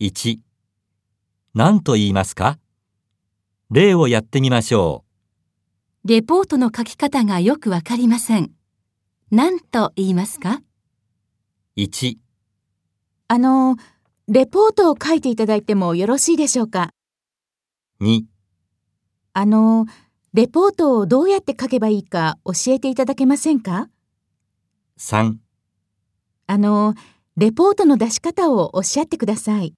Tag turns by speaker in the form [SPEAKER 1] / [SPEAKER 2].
[SPEAKER 1] 1何と言いますか例をやってみましょ
[SPEAKER 2] レポートの書き方がよくわかりません。何と言いますか
[SPEAKER 1] う。1、
[SPEAKER 3] あの、レポートを書いていただいてもよろしいでしょうか
[SPEAKER 1] 2、
[SPEAKER 3] あの、レポートをどうやって書けばいいか教えていただけませんか
[SPEAKER 1] 3。
[SPEAKER 3] あの、レポートの出し方をおっしゃってください。